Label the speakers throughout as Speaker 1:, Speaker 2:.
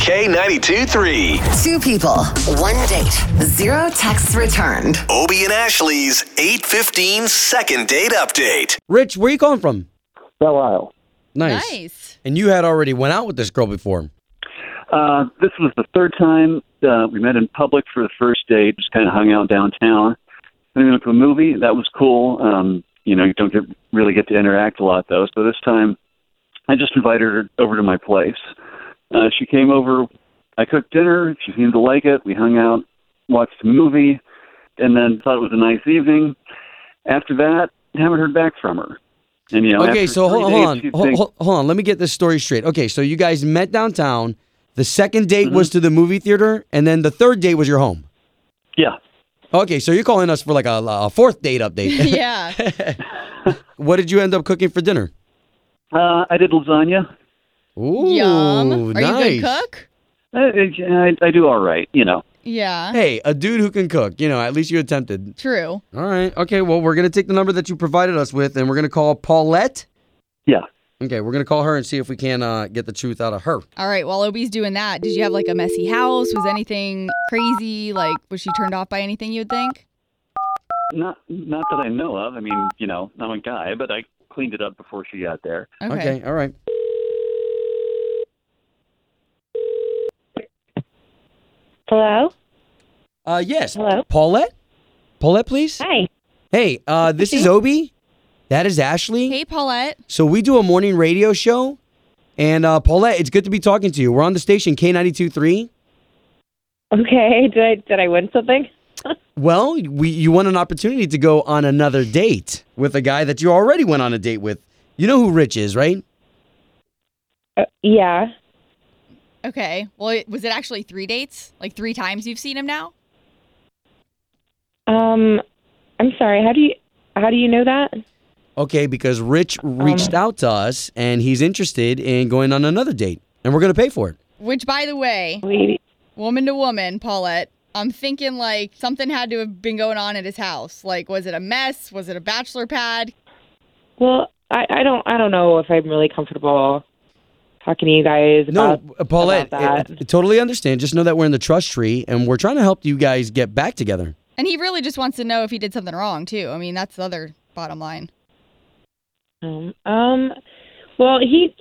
Speaker 1: K92 3.
Speaker 2: Two people, one date, zero texts returned.
Speaker 1: Obie and Ashley's 815 second date update.
Speaker 3: Rich, where you calling from?
Speaker 4: Belle Isle.
Speaker 3: Nice.
Speaker 5: Nice.
Speaker 3: And you had already went out with this girl before.
Speaker 4: Uh, this was the third time uh, we met in public for the first date. Just kind of hung out downtown. Then we went to a movie. That was cool. Um, you know, you don't get, really get to interact a lot though. So this time, I just invited her over to my place. Uh, she came over. I cooked dinner. She seemed to like it. We hung out, watched a movie, and then thought it was a nice evening. After that, haven't heard back from her. And you know,
Speaker 3: okay,
Speaker 4: after
Speaker 3: so hold,
Speaker 4: three
Speaker 3: hold
Speaker 4: dates,
Speaker 3: on.
Speaker 4: you'd
Speaker 3: Hold,
Speaker 4: think-
Speaker 3: hold, hold on. Let me get this story straight. Okay, so you guys met downtown. The second date
Speaker 4: Mm-hmm.
Speaker 3: was to the movie theater, and then the third date was your home.
Speaker 4: Yeah.
Speaker 3: Okay, so you're calling us for like a, a fourth date update.
Speaker 5: Yeah.
Speaker 3: what did you end up cooking for dinner?
Speaker 4: Uh, I did lasagna.
Speaker 3: Ooh,
Speaker 5: Yum. Are
Speaker 3: nice.
Speaker 5: you a good cook?
Speaker 4: I, Uh, I, I do all right, you know.
Speaker 5: Yeah.
Speaker 3: Hey, a dude who can cook. You know, at least you attempted.
Speaker 5: True.
Speaker 3: All right. Okay. Well, we're gonna take the number that you provided us with, and we're gonna call Paulette.
Speaker 4: Yeah.
Speaker 3: Okay, we're gonna call her and see if we can uh, get the truth out of her.
Speaker 5: All right. While Obie's doing that, did you have like a messy house? Was anything crazy? Like, was she turned off by anything you would think?
Speaker 4: Not not that I know of. I mean, you know, I'm a guy, but I cleaned it up before she got there.
Speaker 5: Okay.
Speaker 3: all right.
Speaker 6: Hello.
Speaker 3: Uh, yes.
Speaker 6: Hello?
Speaker 3: Paulette. Paulette, please.
Speaker 6: Hi.
Speaker 3: Hey, uh, this is Obi. That is Ashley.
Speaker 5: Hey, Paulette.
Speaker 3: So we do a morning radio show, and uh, Paulette, it's good to be talking to you. We're on the station K 923
Speaker 6: Okay. Did I did I win something?
Speaker 3: Well, we you won an opportunity to go on another date with a guy that you already went on a date with. You know who Rich is, right?
Speaker 6: Uh, yeah.
Speaker 5: Okay. Well, it- was it actually three dates? Like three times you've seen him now?
Speaker 6: Um, I'm sorry. How do you how do you know that?
Speaker 3: Okay, because Rich reached out to us and he's interested in going on another date, and we're gonna pay for it.
Speaker 5: Which, by the way,
Speaker 6: Wait.
Speaker 5: woman to woman, Paulette, I'm thinking like something had to have been going on at his house. Like, was it a mess? Was it a bachelor pad?
Speaker 6: Well, I, I don't I don't know if I'm really comfortable talking to you guys.
Speaker 3: No,
Speaker 6: about,
Speaker 3: uh, Paulette,
Speaker 6: about
Speaker 3: I-
Speaker 6: that.
Speaker 3: I totally understand. Just know that we're in the trust tree, and we're trying to help you guys get back together.
Speaker 5: And he really just wants to know if he did something wrong, too. I mean, that's the other bottom line.
Speaker 6: Um, um. Well, he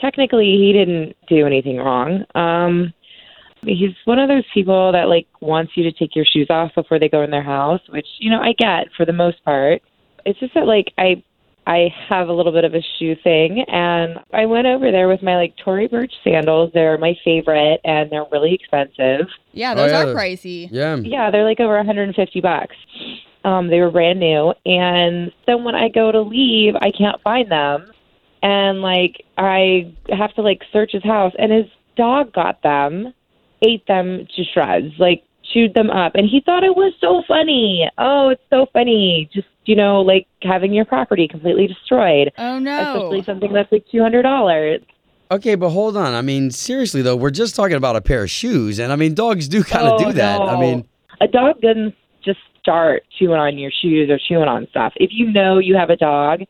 Speaker 6: technically he didn't do anything wrong. Um, he's one of those people that like wants you to take your shoes off before they go in their house, which you know I get for the most part. It's just that like I I have a little bit of a shoe thing, and I went over there with my like Tory Burch sandals. They're my favorite, and they're really expensive.
Speaker 5: Yeah,
Speaker 3: Oh,
Speaker 5: those
Speaker 3: yeah,
Speaker 5: are
Speaker 3: the-
Speaker 5: pricey.
Speaker 3: Yeah.
Speaker 6: Yeah, they're like over 150 bucks. Um, they were brand new, and then when I go to leave, I can't find them, and like I have to like search his house, and his dog got them, ate them to shreds, like chewed them up, and he thought it was so funny. Oh, it's so funny, just you know, like having your property completely destroyed,
Speaker 5: Oh, no.
Speaker 6: especially something that's like two hundred dollars.
Speaker 3: Okay, but hold on. I mean, seriously though, we're just talking about a pair of shoes, and I mean, dogs do kind of
Speaker 6: Oh,
Speaker 3: do that. I
Speaker 6: no.
Speaker 3: mean,
Speaker 6: a dog doesn't just start chewing on your shoes or chewing on stuff. If you know you have a dog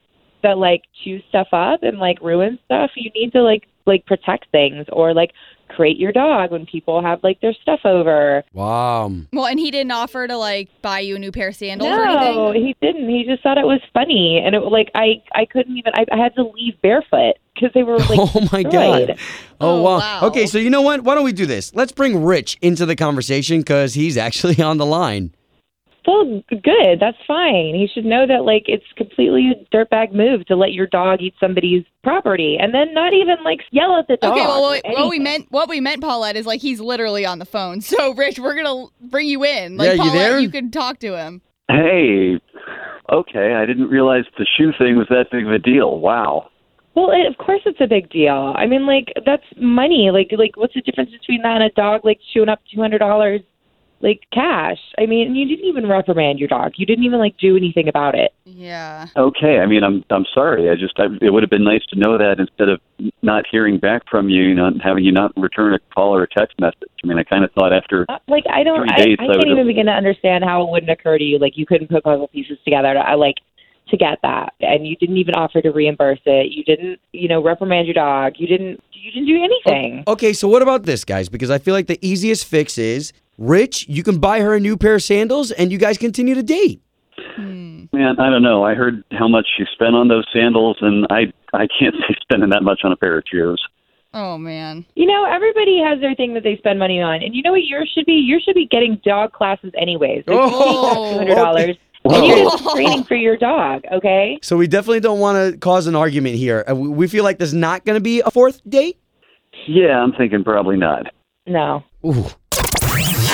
Speaker 6: that like chews stuff up and like ruins stuff, you need to like like protect things or like crate your dog when people have like their stuff over.
Speaker 3: wow.
Speaker 5: Well, and he didn't offer to like buy you a new pair of sandals or
Speaker 6: No,
Speaker 5: anything.
Speaker 6: he didn't. He just thought it was funny, and it like I I couldn't even. I, I had to leave barefoot because they were like.
Speaker 3: oh my
Speaker 6: destroyed.
Speaker 3: god. Oh,
Speaker 5: Oh,
Speaker 3: wow.
Speaker 5: wow.
Speaker 3: Okay, so you know what? Why don't we do this? Let's bring Rich into the conversation because he's actually on the line.
Speaker 6: Well, good. That's fine. He should know that like it's completely a dirtbag move to let your dog eat somebody's property and then not even like yell at the dog.
Speaker 5: Okay, well,
Speaker 6: or
Speaker 5: what, what we
Speaker 6: anything.
Speaker 5: meant, what we meant, Paulette, is like he's literally on the phone. So, Rich, we're gonna bring you in. Like,
Speaker 3: Yeah, you
Speaker 5: Paulette,
Speaker 3: there?
Speaker 5: you can talk to him.
Speaker 4: Hey, okay, I didn't realize the shoe thing was that big of a deal. Wow.
Speaker 6: Well, it, of course it's a big deal. I mean, like that's money. Like, like what's the difference between that and a dog like chewing up two hundred dollars, like cash? I mean, you didn't even reprimand your dog. You didn't even like do anything about it.
Speaker 5: Yeah.
Speaker 4: Okay, I mean, I'm I'm sorry. I just I, it would have been nice to know that instead of not hearing back from you, you know, and having you not return a call or a text message. I mean, I kind of thought after
Speaker 6: Uh, Like, I don't.
Speaker 4: Three
Speaker 6: I,
Speaker 4: days,
Speaker 6: I
Speaker 4: I
Speaker 6: can't
Speaker 4: would've-
Speaker 6: even begin to understand how it wouldn't occur to you. Like, you couldn't put puzzle pieces together. To, I like to get that and you didn't even offer to reimburse it you didn't you know reprimand your dog you didn't you didn't do anything
Speaker 3: Okay, so what about this, guys? Because I feel like the easiest fix is Rich, you can buy her a new pair of sandals and you guys continue to date.
Speaker 5: Hmm.
Speaker 4: Man, I don't know. I heard how much she spent on those sandals, and I I can't see spending that much on a pair of Cheers.
Speaker 5: Oh man.
Speaker 6: you know everybody has their thing that they spend money on and you know what yours should be yours should be getting dog classes anyways They're
Speaker 3: Oh,
Speaker 6: $200 and you should be training for your dog okay
Speaker 3: So we definitely don't want to cause an argument here. Uh, we- We feel like there's not going to be a fourth date.
Speaker 4: Yeah, I'm thinking probably not.
Speaker 6: no
Speaker 3: Ooh.